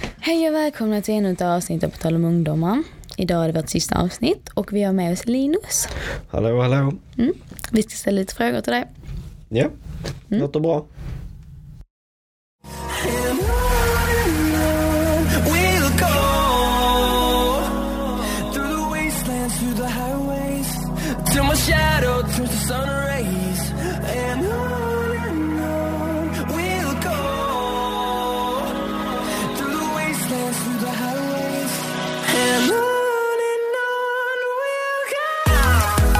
Hej och välkomna till ännu ett avsnitt av På tal om ungdomar. Idag är det vårt sista avsnitt och vi har med oss Linus. Hallå, hallå. Mm. Vi ska ställa lite frågor till dig. Ja, låter bra. And on we'll go through the wastelands, through the highways, till my shadow turns to sun rays. And on and on we'll go through the wastelands, through the highways, and on and on we'll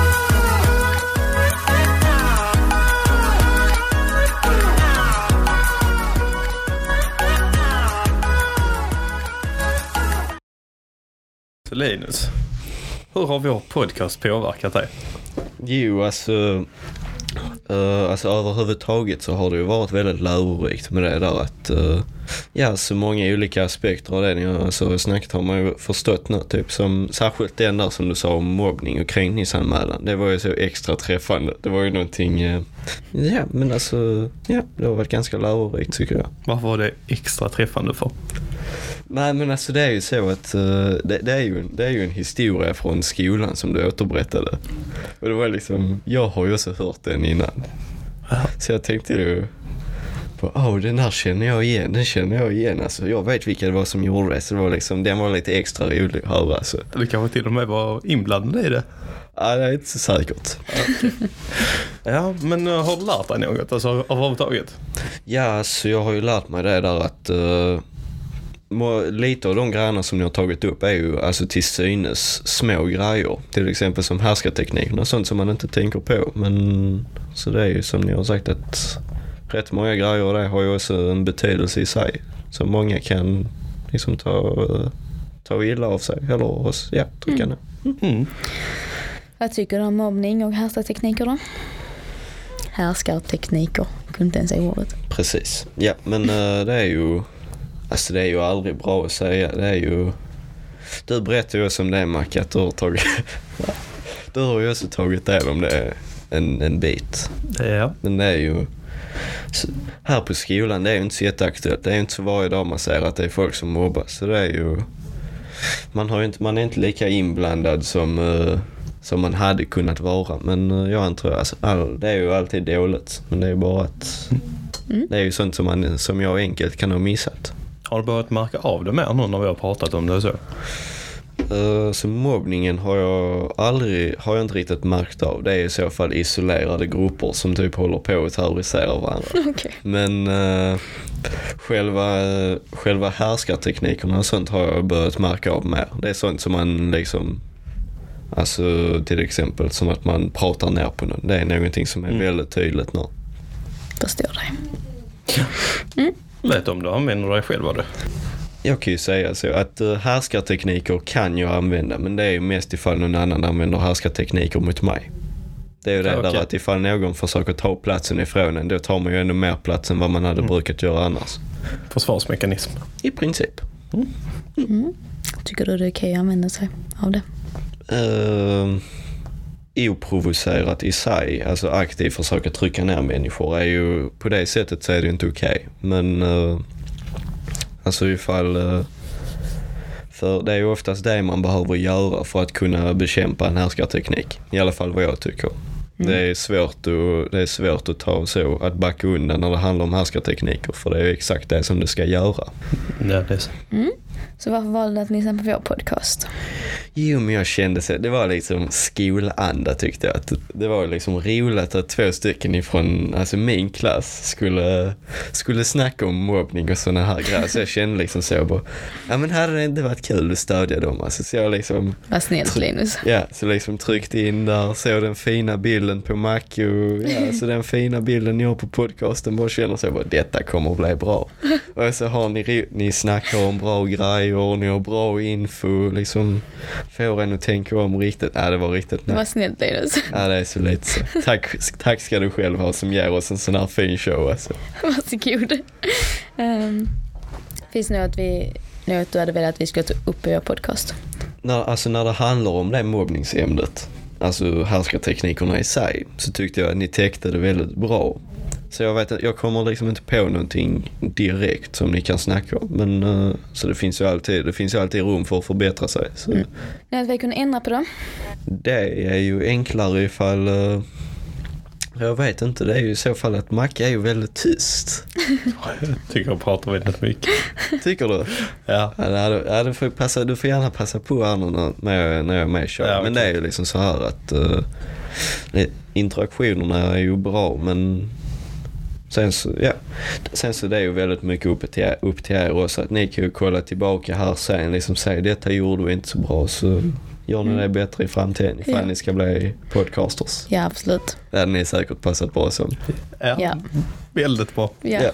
Linus, hur har vår podcast påverkat dig? Jo, alltså, eh, alltså överhuvudtaget så har det ju varit väldigt lärorikt med det där att eh, ja, så många olika aspekter av det ni har alltså, snackat har man ju förstått nu. Typ som särskilt den där som du sa om mobbning och kränkningsanmälan. Det var ju så extra träffande. Det var ju någonting, eh, ja men alltså, ja det har varit ganska lärorikt tycker jag. Varför var det extra träffande för? Nej men alltså det är ju så att eh, det, det, är ju, en- det är ju en historia från skolan som du återberättade. Och det var liksom, jag har ju också hört den innan. Så jag tänkte ju på, åh den här känner jag igen, den känner jag igen alltså. Jag vet vilka det var som gjorde det så det var liksom, den var lite extra rolig att höra alltså. Du kanske till och med var inblandad i det? Ja, det är inte så säkert. Ja, men eh, har du lärt dig något alltså, överhuvudtaget? Ja, alltså jag har ju lärt mig det där att eh, må- lite av de grejerna som ni har tagit upp är ju alltså till synes små grejer. Till exempel som härskartekniken och sånt som man inte tänker på. Men så det är ju som ni har sagt att rätt många grejer av det har ju också en betydelse i sig. Som många kan liksom ta, eh, ta illa av sig eller oss, ja, trycka ner. Mm. Vad tycker du om mobbning och härskartekniker då? Härskartekniker. Jag kunde inte ens säga ordet. Precis. Ja, men eh, det är ju... Alltså det är ju aldrig bra att säga. Det är ju... Du berättade ju också om det Mac, att du har tagit... du har ju också tagit del om det en, en bit. Ja. Men det är ju... så- Här på skolan, det är ju inte så jätteaktuellt. Det är ju inte så varje dag man ser att det är folk som mobbas. Så det är ju... Man, har ju inte, man är inte lika inblandad som, eh, som man hade kunnat vara. Men eh, jag antar, alltså, all, det är ju alltid dåligt. Men det är ju bara att... Det är ju sånt som, man, som jag enkelt kan ha missat. Har du börjat märka av det mer nu när vi har pratat om det och så? Eh, Så mobbningen har jag aldrig, har jag inte riktigt märkt av. Det är i så fall isolerade grupper som typ håller på att terrorisera varandra. Okej. Men eh, själva, själva härskarteknikerna och sånt har jag börjat märka av mer. Det är sånt som man liksom, alltså till exempel som att man pratar ner på någon. Det är någonting som är väldigt tydligt nu. Förstår dig. Vet du om du använder dig själv av det? Jag kan ju säga så att eh, härskartekniker kan jag använda men det är ju mest ifall någon annan använder härskartekniker mot mig. Det är ju det Okej. där att ifall någon försöker ta platsen ifrån en då tar man ju ännu mer plats än vad man hade brukat göra annars. Försvarsmekanism. I princip. Tycker du det är okej att använda sig av det? Uh, oprovocerat i sig, alltså aktivt försöka trycka ner människor är ju, på det sättet så är det ju inte okej. Men eh, alltså ifall, eh, för det är ju oftast det man behöver göra för att kunna bekämpa en härskarteknik. I alla fall vad jag tycker. Det, är svårt att, det är svårt att ta så, att backa undan när det handlar om härskartekniker för det är ju exakt det som du ska göra. Ja, det är så. Så varför valde du att lyssna på vår podcast? Jo, men jag kände så. Det var liksom skolanda tyckte jag. Att det var liksom roligt att två stycken ifrån alltså min klass skulle, skulle snacka om mobbning och sådana här grejer. Så jag kände liksom så bara, ja men hade det inte varit kul att stödja dem alltså. Så jag liksom, Vad snällt Linus. ja, så liksom tryckte in där, såg den fina bilden på Macke och ja, så den fina bilden jag har på podcasten bara känner så bara, detta kommer att bli bra. Och så har ni, ro- ni snackar om bra grejer, ni har bra info, liksom får en att tänka om riktigt. Nej, det var riktigt nej. Vad snällt Linus. Nej, det är så lite så. Tack, tack ska du själv ha som ger oss en sån här fin show alltså. Varsågod. Um, finns det något, vi, något du hade velat att vi skulle ta upp i vår podcast? när, alltså när det handlar om det mobbningsämnet, alltså härskarteknikerna i sig, så tyckte jag att ni täckte det väldigt bra. Så jag vet att jag kommer liksom inte på någonting direkt som ni kan snacka om. Men eh, så det finns ju alltid, det finns ju alltid rum för att förbättra sig. Så Något vi kunde ändra på då? Det är ju enklare ifall eh, jag vet inte, det är ju i så fall att Macke är ju väldigt tyst. Jag tycker jag pratar väldigt mycket. Tycker du? Ja. Ja, det hade- ja, du, får ju passa, du får gärna passa på här nu när- när jag, när jag är med och kör. Ja, men det okej. är ju liksom så här att eh, det- interaktionerna är ju bra men sen så, ja. sen så det är ju väldigt mycket upp till, er- upp till er också. Att ni kan ju kolla tillbaka här sen liksom säga detta gjorde vi inte så bra så gör ni det bättre i framtiden ifall Ja. ni ska bli podcasters. Ja, absolut. Det hade ni säkert passat bra som. Ja. Ja. Väldigt bra. Ja. Ja.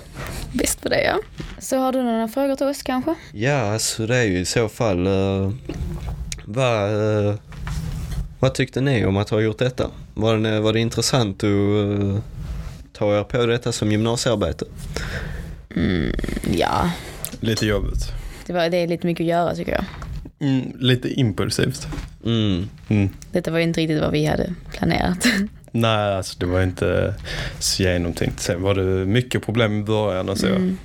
Visst på det ja. Så har du några frågor till oss kanske? Ja, alltså det är ju i så fall... eh, vad, eh, vad tyckte ni om att ha gjort detta? Var det, var det intressant att eh, ta er på detta som gymnasiearbete? Mm, Ja, Lite jobbigt. det, var, det är lite mycket att göra tycker jag. Mm, lite impulsivt. Mm. Mm. Detta var ju inte riktigt vad vi hade planerat. Nej, alltså det var inte så genomtänkt. Sen var det mycket problem i början och så. Mm.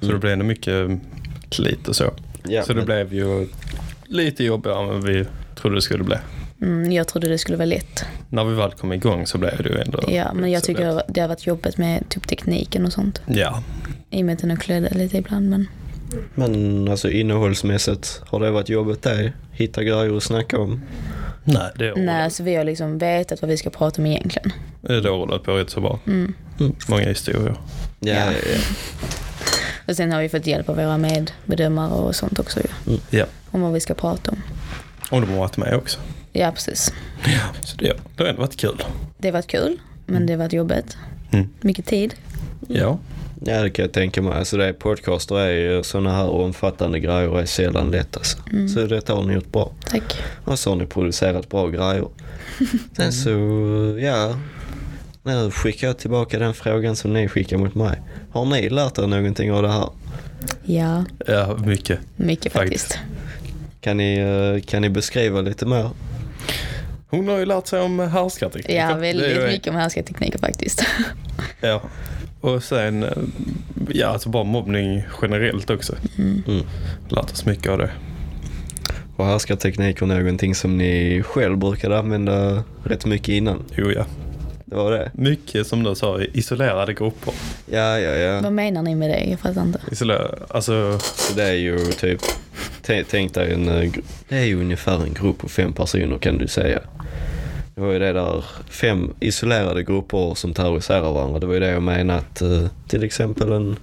Så det blev ändå mycket klitt och så. Ja, så det men- blev ju lite jobbigare än vad vi trodde det skulle bli. Mm, jag trodde det skulle vara lätt. När vi väl kom igång så blev det ju ändå... Ja, men jag så tycker lätt. det- det har varit jobbigt med typ tekniken och sånt. Ja. I och med att den har klödat lite ibland. Men Men alltså innehållsmässigt, har det varit jobbigt där? Hitta grejer att snacka om? Nej, det nej, har så vi har liksom vetat vad vi ska prata om egentligen. Mm. det har rullat på rätt så bra. Mm. Många historier. Ja, Ja. ja. ja. Och sen har vi fått hjälp av våra medbedömare och sånt också ju. Mm, Ja. Om vad vi ska prata om. Och de har varit med också. Ja, precis. Så det, det har ändå varit kul. Det har varit kul, men det har varit jobbigt. Mm. Mycket tid. Ja. ja, det kan jag tänka mig. Alltså det är podcaster är ju sådana här omfattande grejer är sällan lätt alltså. Så detta har ni gjort bra. Tack. Och så har ni producerat bra grejer. Sen så, ja. Nu skickar jag tillbaka den frågan som ni skickar mot mig. Har ni lärt er någonting av det här? Ja, Ja, mycket. mycket Faktiskt. faktiskt. Kan ni, eh, kan ni beskriva lite mer? Hon har ju lärt sig om härskartekniker. Ja, Det är väldigt ju- mycket om härskartekniker faktiskt. Ja. Och sen, eh, ja alltså bara mobbning generellt också. Mm. Lärt oss mycket av det. Och härskarteknik och någonting som ni själv brukade använda rätt mycket innan? Jo ja. Det var det? Mycket som du sa, isolerade grupper. Ja, ja, ja. vad menar ni med det? Jag fattar inte. Isolerade, alltså, Så det är ju typ, tä- tänk dig en, eh, gru- det är ju ungefär en grupp på fem personer kan du säga. Det var ju det där fem isolerade grupper som terroriserar varandra. Det var ju det jag menade att eh, till exempel en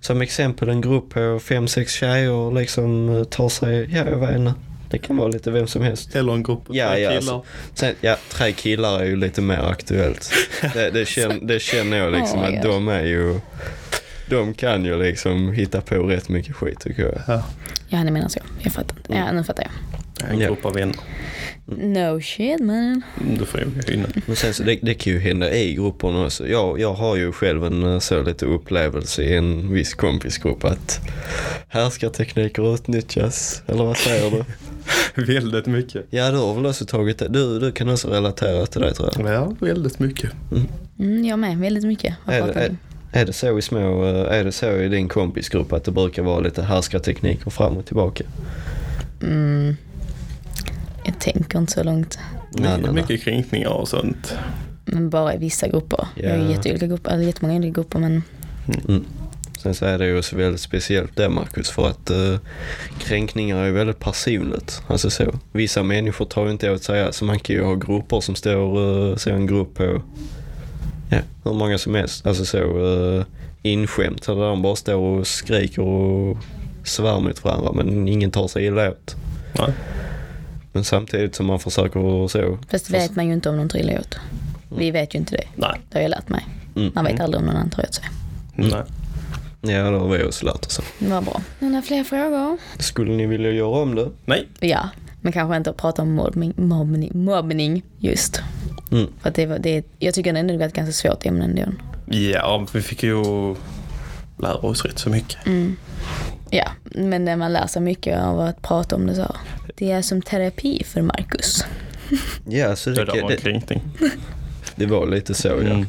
som exempel en grupp på fem, sex tjejer liksom eh, tar sig, ja jag vet inte. Det kan vara lite vem som helst. eller en grupp på Ja, tre ja, killar. alltså. Sen, ja, tre killar är ju lite mer aktuellt. Det, det, känner, det känner jag liksom Oh my att God. de är ju, de kan ju liksom hitta på rätt mycket skit tycker jag. Ja. Ja, ni menar så. Jag fattar inte. Ja, nu fattar jag. En Ja. grupp av vänner. No shit man. Du får ju in Men sen så det, det kan ju hända i grupperna också. Jag, jag har ju själv en eh, så lite upplevelse i en viss kompisgrupp att härskartekniker utnyttjas, eller vad säger du? väldigt mycket. Ja du har väl också tagit det, du, du kan också relatera till det tror jag. Ja, väldigt mycket. Mm, jag med, väldigt mycket. Vad Är, pratar är, ni? är det så i små, eh, är det så i din kompisgrupp att det brukar vara lite härskartekniker fram och tillbaka? Mm, jag tänker inte så långt. Nej, nej, nej. mycket kränkningar och sånt. Men bara i vissa grupper. Ja. Jag är i jätteolika grupper, eller jättemånga olika grupper men Sen så är det ju också väldigt speciellt det Marcus för att eh, kränkningar är ju väldigt personligt. Alltså så. Vissa människor tar ju inte åt sig alltså man kan ju ha grupper som står, eh, så en grupp på ja, hur många som helst. Alltså så eh, inskämt där de bara står och skriker och svär mot varandra men ingen tar sig illa åt. Nej. Men samtidigt som man försöker så. fast det vet man ju inte om någon trillar åt. Vi vet ju inte det. Nej. Det har jag lärt mig. Mm. Man vet aldrig om någon annan tar åt sig. Nej. Ja, det har vi också lärt oss. Vad bra. Några fler frågor? Skulle ni vilja göra om det? Nej. Ja, men kanske inte att prata om mobbning, mobbning, mobbning just. Mm. För att det, var- det, jag tycker ändå det var ett ganska svårt ämne ändå. Ja, vi fick ju lära oss rätt så mycket. Ja, men det man lär sig mycket av att prata om det så här. Det är som terapi för Marcus. Ja, så Det det, där det, var en kränkning. Det var lite så ja. Mm.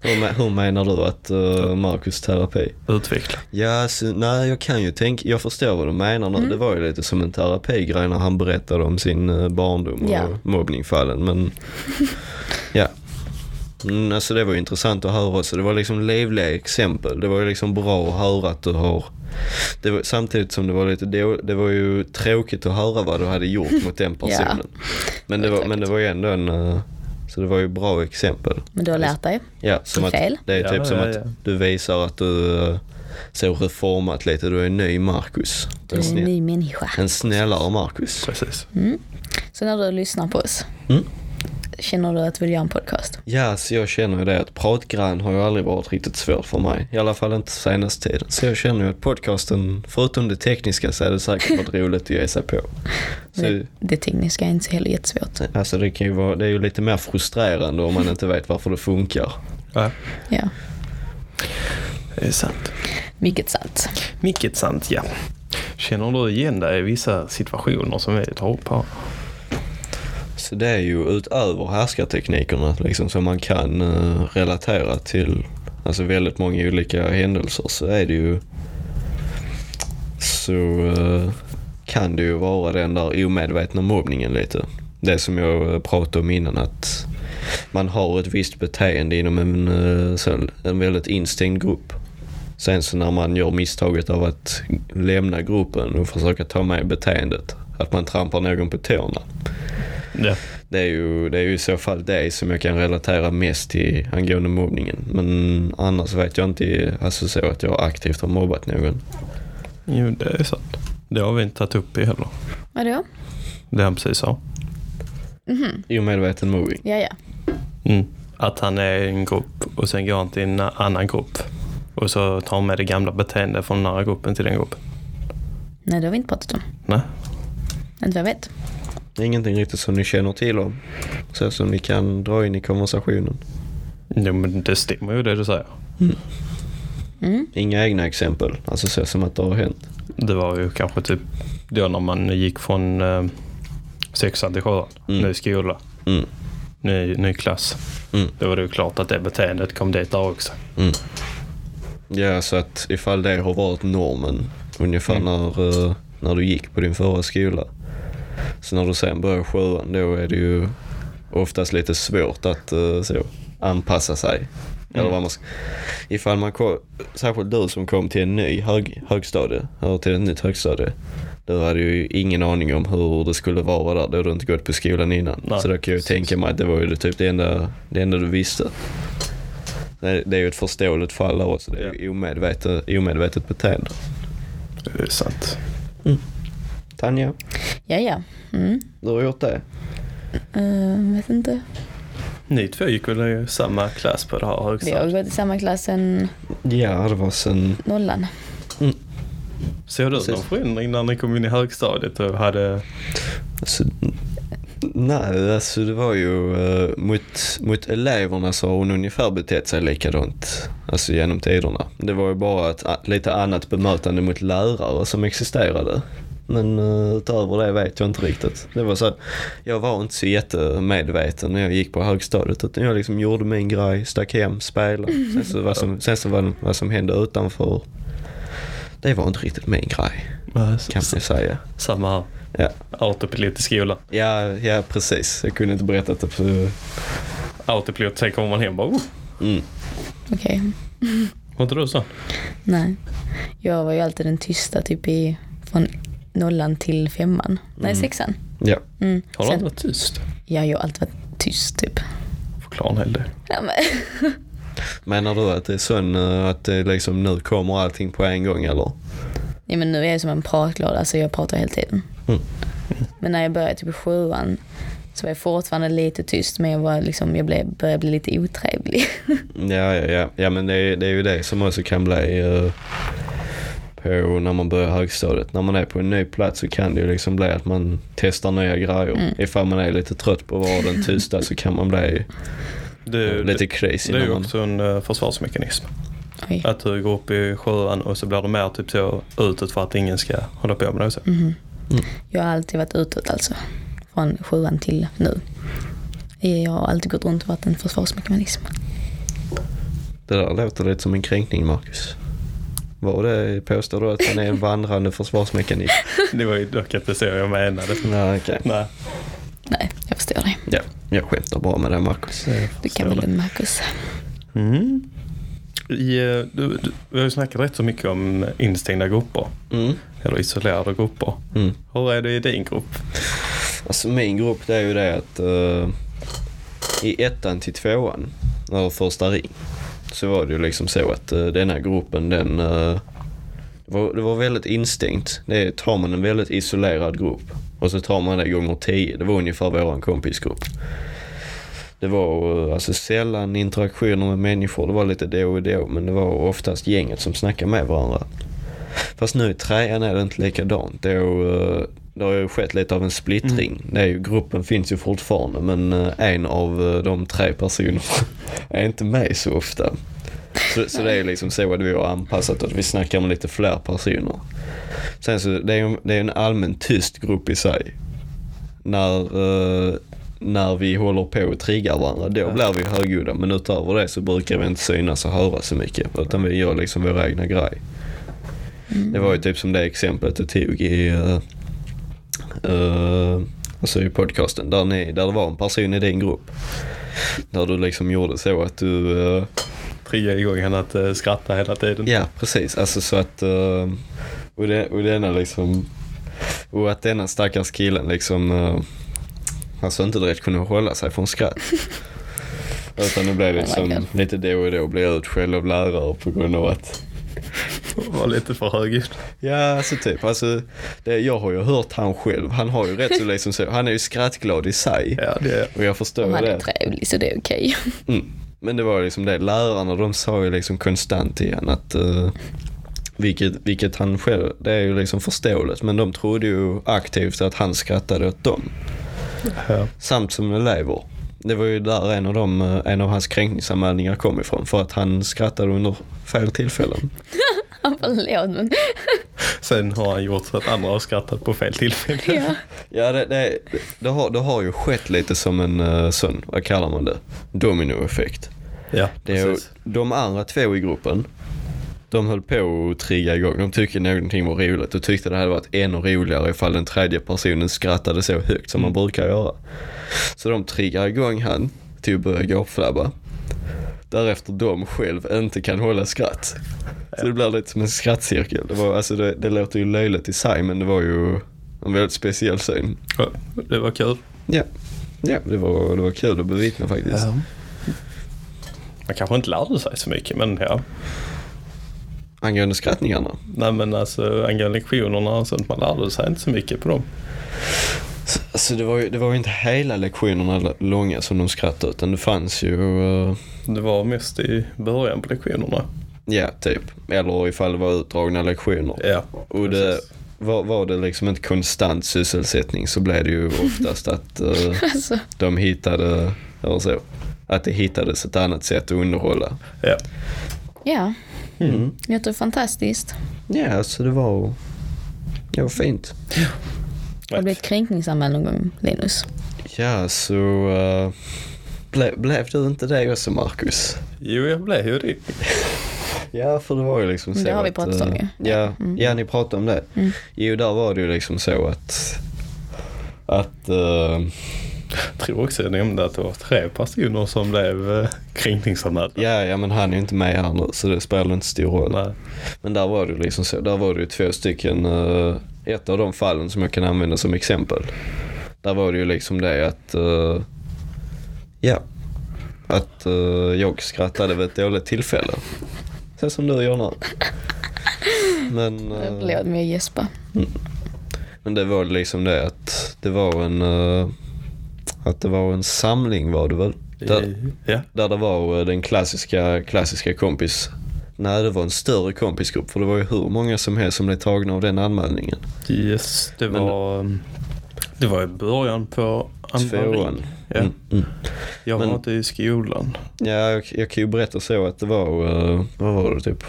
Hur, me- hur menar du att uh, Marcus terapi? Utveckla. Ja, alltså, nej jag kan ju tänka, jag förstår vad du menar nu. Det var ju lite som en terapigrej när han berättade om sin eh, barndom och Ja. mobbningfallen. Men ja. Mm, alltså det var ju intressant att höra också. Det var liksom livliga exempel. Det var ju liksom bra att höra att du har det var, samtidigt som det var lite då, det var ju tråkigt att höra vad du hade gjort mot den personen. men, det var, men det var ju ändå en, eh, så det var ju bra exempel. Men du har lärt dig. Ja, som Det är att, fel. det är Ja, typ som ja, att ja. du visar att du eh, så reformat lite, du är en ny Marcus. Du är en snä- ny människa. Mm. en snällare Marcus. Precis. Så när du lyssnar på oss, Mm. känner du att du vill göra en podcast? Ja, så jag känner ju det att pratgrann har ju aldrig varit riktigt svårt för mig. I alla fall inte senaste tiden. Så jag känner ju att podcasten, förutom det tekniska så är det säkert något roligt att ge sig på. Så, Men det tekniska är inte så heller jättesvårt. alltså det kan ju vara, det är ju lite mer frustrerande om man inte vet varför det funkar. Ja, Ja, det är sant. mycket sant. Mycket sant, ja. Känner du igen dig i vissa situationer som vi tar upp här? Så det är ju utöver härskarteknikerna liksom, som man kan eh, relatera till alltså väldigt många olika händelser så är det ju så eh, kan det ju vara den där omedvetna mobbningen lite. Det som jag eh, pratade om innan att man har ett visst beteende inom en, eh, så- en väldigt instängd grupp. Sen så när man gör misstaget av att lämna gruppen och försöka ta med beteendet, att man trampar någon på tårna. Ja. Det är, ju, det är ju i så fall det som jag kan relatera mest till angående mobbningen. Men annars vet jag inte alltså så att jag aktivt har mobbat någon. Jo, det är sant. Det har vi inte tagit upp i heller. Vadå? Det han precis sa. Omedveten mobbing. Ja, ja. Mm. Att han är i en grupp och sen går han till en annan grupp. Och så tar han med det gamla beteendet från den andra gruppen till den gruppen. Nej, det har vi inte pratat om. Nej, Inte vad jag vet. Ingenting riktigt som ni känner till om. Så som ni kan dra in i konversationen. jo, men det stämmer ju det du säger. Inga egna exempel, alltså så som att det har hänt. Det var ju kanske typ då när man gick från eh, sexan till sjuan. Mm. Ny skola, Mm. ny, ny klass. Mm. Då var det ju klart att det beteendet kom dit där också. Ja, så att ifall det har varit normen ungefär Mm. när, eh, när du gick på din förra skola. Så när du sen börjar sjuan då är det ju oftast lite svårt att eh, så, anpassa sig. Eller Mm. vad man ska, ifall man kom, särskilt du som kom till en ny hög, högstadie, eller till ett nytt högstadie. Du hade ju ingen aning om hur det skulle vara där, då hade du inte gått på skolan innan. Nej, så då kan jag ju precis. tänka mig att det var ju det, typ det, enda, det enda du visste. Det det är ju ett förståeligt fall där också. Det är ju omedvetet, omedvetet beteende. Det är sant. Tanja, Ja, ja. Mm. du har gjort det. Eh, vet inte. Ni två gick väl i samma klass på det här Vi har högstadiet? gått i samma klass sen Ja, det var sen... nollan. Såg du någon Precis. förändring när ni kom in i högstadiet och hade... Alltså, n- nej, alltså det var ju... eh, mot, mot eleverna så har hon ungefär betett sig likadant. Alltså genom tiderna. Det var ju bara ett a- lite annat bemötande mot lärare som existerade. Men eh, utöver det vet jag inte riktigt. Det var så att jag var inte så jättemedveten när jag gick på högstadiet. Utan jag liksom gjorde min grej, stack hem, spelade. Sen så, vad som, sen så vad, vad som hände utanför, det var inte riktigt min grej kan man ju säga. eh, Samma här. Ja. Autopilot i skolan. Ja, ja precis. Jag kunde inte berätta det på... Autopilot, sen kommer man hem och bara... Oh, Mm. Okej. var inte du sån? Nej. Jag var ju alltid den tysta typ i från nollan till femman. Nej, sexan. Ja. Mm. Har du Sen- aldrig varit tyst? Ja, jag har alltid varit tyst typ. Förklara en hel del. Ja, men, Menar du att det är sån eh, att det liksom nu kommer allting på en gång eller? ja, men nu är jag som en pratlåda, alltså jag pratar hela tiden. Mm. Men när jag började typ i sjuan så var jag fortfarande lite tyst men jag, var liksom, jag blev, började bli lite otrevlig. Ja, ja, ja. ja men det är, det är ju det som också kan bli eh, på när man börjar högstadiet. När man är på en ny plats så kan det ju liksom bli att man testar nya grejer. Ifall man är lite trött på att vara den tysta så kan man bli Det är, ju- lite det, crazy. det är när ju man... också en eh, försvarsmekanism. Oj. Att du går upp i sjuan och så blir du mer typ så utåt för att ingen ska hålla på med det. och Så. Mm-hmm. Jag har alltid varit utåt alltså. Från sjuan till nu. Jag har alltid gått runt och varit en försvarsmekanism. Det där låter lite som en kränkning Marcus. Var det, påstår du att han är en vandrande försvarsmekanism? Det var ju dock inte så jag menade. Nej, okej. Nej. Nej, jag förstår dig. Ja, jag skämtar bara med dig Marcus. Du kan väl lugna Marcus. Mm. I, eh, du, du, vi har ju snackat rätt så mycket om instängda grupper. Mm. Eller isolerade grupper. Mm. Hur är det i din grupp? Alltså min grupp det är ju det att eh, i ettan till tvåan, när första ring, så var det ju liksom så att uh, den här gruppen den eh, det var, det var väldigt instängt. Det är, tar man en väldigt isolerad grupp och så tar man det gånger 10. Det var ungefär våran kompisgrupp. Det var eh, alltså sällan interaktioner med människor. Det var lite då och då men det var oftast gänget som snackade med varandra. Fast nu i trean är det inte likadant. Då, eh, det har ju skett lite av en splittring. Det är ju, gruppen finns ju fortfarande men eh, en av eh, de tre personerna är inte med så ofta. Så, så det är liksom så att vi har anpassat att vi snackar med lite fler personer. Sen så det är ju det är en allmän tyst grupp i sig. När, eh, när vi håller på och triggar varandra, då blir vi högljudda. Men utöver det så brukar vi inte synas och höra så mycket. Utan vi gör liksom vår egna grej. Det var ju typ som det exemplet jag tog i, eh, eh, alltså i podcasten. Där, ni, där det var en person i din grupp. Där du liksom gjorde så att du eh, Trigga igång henne att eh, skratta hela tiden. Ja, precis. Alltså så att... eh, och, det, och denna liksom... Och att denna stackars killen liksom... eh, alltså inte direkt kunde hålla sig från skratt. Utan det blev Oh my liksom God. lite då och då blev jag utskälld av lärare på grund av att... Var lite för högljudd. Ja, alltså typ. Alltså, det, jag har ju hört han själv. Han har ju rätt så liksom så. Han är ju skrattglad i sig. Ja, det är Och jag förstår Om han det. är trevlig så det är okej. Mm. Men det var ju liksom det, lärarna de sa ju liksom konstant till han att eh, vilket, vilket han själv, det är ju liksom förståeligt men de trodde ju aktivt att han skrattade åt dem. Ja. Samt som elever. Det var ju där en av, dem, eh, en av hans kränkningsanmälningar kom ifrån för att han skrattade under fel tillfällen. Han Förlåt men Sen har han gjort så att andra har skrattat på fel tillfälle. ja. Ja, det, det, det, har, det har ju skett lite som en eh, sån, vad kallar man det? Dominoeffekt. Ja, Det är, precis. de andra två i gruppen, de höll på att trigga igång. De tyckte någonting var roligt och tyckte det hade varit ännu roligare ifall den tredje personen skrattade så högt som man brukar göra. Så de triggar igång han till att börja gapflabba. Därefter de själv inte kan hålla skratt. Så det blir lite som en skrattcirkel. Det, var, alltså det, det låter ju löjligt i sig men det var ju en väldigt speciell syn. Ja, det var kul. Ja, ja det, var, det var kul att bevittna faktiskt. Man kanske inte lärde sig så mycket, men ja. Angående skrattningarna. Nej, men alltså angående lektionerna och sånt, man lärde sig inte så mycket på dem. Alltså det var, ju, det var ju inte hela lektionerna l- långa som de skrattade utan det fanns ju, eh, Det var mest i början på lektionerna. ja typ, eller ifall det var utdragna lektioner. Ja, Och det, var, var det liksom inte konstant sysselsättning så blev det ju oftast att eh, alltså. de hittade, eller så, att det hittades ett annat sätt att underhålla. Ja. Ja. Det låter fantastiskt. Ja, alltså det var, det var fint. Har du blivit kränkningsanmäld någon gång Linus? Ja, så eh, ble, blev du inte det också Marcus? Jo, jag blev ju det. Ja, för det var ju liksom så Det har vi att, pratat om eh, ju. Mm. Ja, ja ni pratade om det. Jo, där var det ju liksom så att... Att... eh, Jag tror också jag nämnde att det var tre personer som blev eh, kränkningsanmälda. ja, ja, men han är ju inte med här nu så det spelar inte stor roll. Nej. Men där var det ju liksom så. Där var det ju två stycken... eh, ett av de fallen som jag kan använda som exempel. Där var det ju liksom det att... eh, ja. Att eh, jag skrattade vid ett dåligt tillfälle. Så som du gör nu. Men... eh, Förlåt men jag gäspar. Men det var liksom det att det var en eh, att det var en samling var det väl? Där, Ja. där det var eh, den klassiska, klassiska kompis Nej det var en större kompisgrupp för det var ju hur många som helst som blev tagna av den anmälningen. Yes, det Men- var, ehm, det var i början på andra Tvåan. ring. Ja. Mm, mm. Jag Men- var inte i skolan. Ja, jag, jag kan ju berätta så att det var, eh, vad var det typ,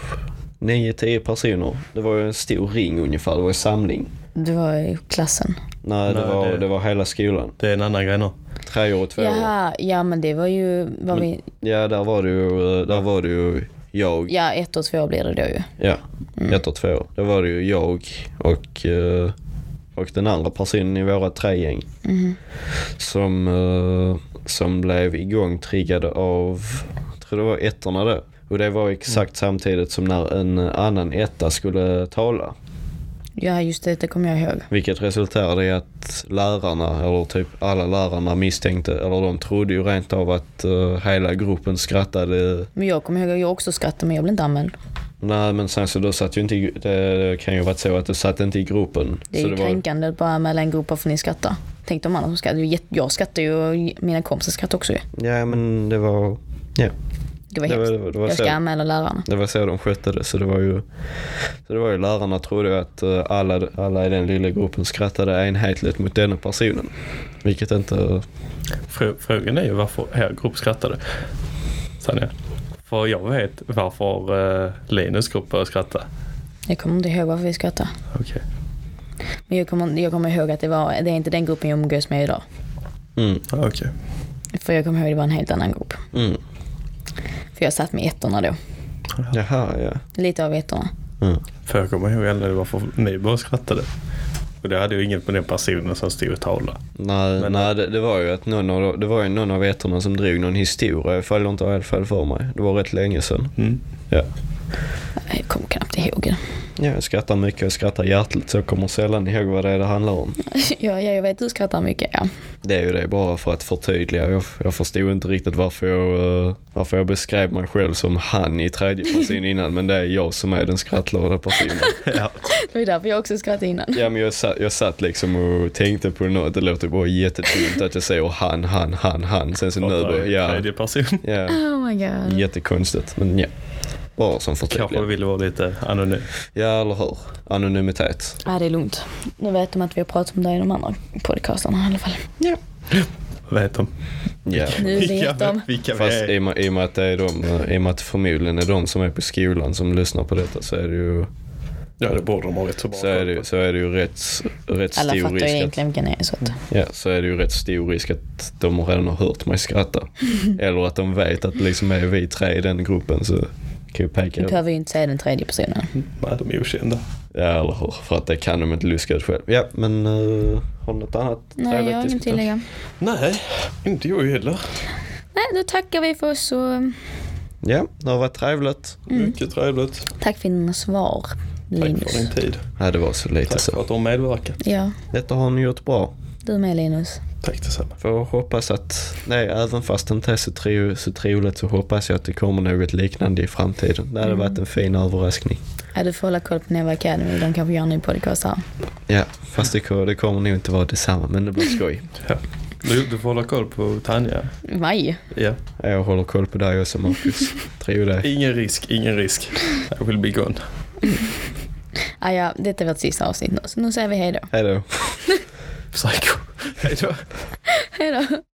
9-10 personer. Det var ju en stor ring ungefär, det var en samling. Du var i klassen. Nej, det, Nej, var, det- det var hela skolan. Det är en annan grej nu. tre år och två år. Jaha, ja Mm. men det var ju, var vi, Ja, där var det ju, eh, där var det ju jag. ja ett och två blir det då ju. Ja, Mm. ett och två år. Då var det ju jag och, eh, och den andra personen i våra tre gäng. Mm. Som, eh, som blev igångtriggade av, jag tror det var ettorna då. Och det var exakt samtidigt som när en annan etta skulle tala. Ja just det, det kommer jag ihåg. Vilket resulterade i att lärarna, eller typ alla lärarna misstänkte, eller de trodde ju rent av att eh, hela gruppen skrattade. Men jag kommer ihåg att jag också skrattade men jag blev inte anmäld. Nej men sen så då satt ju inte, i- det kan ju ha varit så att du satt inte i gruppen. Det är så ju var- kränkande att bara anmäla en grupp bara för att ni skrattar. Tänk de andra som skrattar. Det är ju jätte- Jag skrattar ju och mina kompisar skrattar också ju. Ja men det var, ja. Det var Det var, hemskt. det var, det var Jag ska så. anmäla lärarna. Det var så de skötte det. Så det var ju, så det var ju lärarna trodde ju att eh, alla, alla i den lilla gruppen skrattade enhetligt mot denna personen. Vilket inte... Frå- Frågan är ju varför er grupp skrattade. Sanne. För jag vet varför eh, Linus grupp började skratta. Jag kommer inte ihåg varför vi skrattade. Okej. Men jag kommer, jag kommer ihåg att det var, det är inte den gruppen jag umgås med idag. Mm, Ah, okej. För jag kommer ihåg det var en helt annan grupp. mm. För jag satt med ettorna då. Jaha, ja. Lite av ettorna. Mm. För jag kommer ihåg aldrig varför ni bara skrattade. Och det hade ju inget med den personen som stod och talade. Nej, Men- nej det, det var ju att någon av, det var ju någon av ettorna som drog någon historia, ifall jag inte har helt fel för mig. Det var rätt länge sedan. Mm. Ja. Jag kommer knappt ihåg det. ja, jag skrattar mycket och skrattar hjärtligt så jag kommer sällan ihåg vad det är det handlar om. Ja, ja, jag vet du skrattar mycket. Ja. Det är ju det bara för att förtydliga. Jag, jag förstod inte riktigt varför jag, eh, varför jag beskrev mig själv som han i tredje person innan men det är jag som är den skrattglada personen. Ja. Det var därför jag också skrattade innan. Ja men jag satt, jag satt liksom och tänkte på något. Det låter bara jättedumt att jag säger han, han, han, han. Sen så nu bara, ja. Tredje person. ja. Oh my god. Jättekonstigt men ja. Bara som Kanske förtydligande. vill vara lite anonym. Ja eller hur. Anonymitet. Ja, det är lugnt. Nu vet de att vi har pratat om det i de andra podcastarna i alla fall. Vet de? Ja. Nu vet de. vilka vi Fast i är. och med- i och med att det är de, eh, i och med att förmodligen är de som är på skolan som lyssnar på detta så är det ju Ja, det borde de ha rätt så bra Så är, det, ju- så är det ju rätt, rätt Alla stor fattar ju risk att, egentligen vilka ni är. Så att. ja, så är det ju rätt stor risk att de redan har hört mig skratta. Eller att de vet att liksom är vi tre i den gruppen så kan ju Vi peka behöver ju inte säga den tredje personen. Nej, de är okända. Ja eller hur, för att det kan de inte luska ut själv. Ja men eh, har du något annat Nej, trevligt jag att har inget diskutera? tillägga. Nej, inte jag heller. Nej, då tackar vi för oss och Ja, det har varit trevligt. Mycket trevligt. tack för dina svar, Tack för din Mm. Linus. tid. Ja det var så lite Tack för så. att du har medverkat. Ja, Detta har ni gjort bra. du med Linus. Tack detsamma. Får hoppas att, nej även fast det inte är så, tro, så troligt så hoppas jag att det kommer något liknande i framtiden. Det hade Mm. varit en fin överraskning. Ja, du får hålla koll på Neva Academy, de kanske gör en ny podcast här. Ja, fast det, ko- det kommer nog inte vara detsamma men det blir skoj. Ja. Du, du får hålla koll på Tanja. Vaj! Ja. Jag håller koll på dig också Marcus. Tror det. Ingen risk, ingen risk. I will be gone. Ah, ja, detta är vårt sista avsnitt nu, så nu säger vi hej då. Hej då. Psycho. Hej då. Hej då!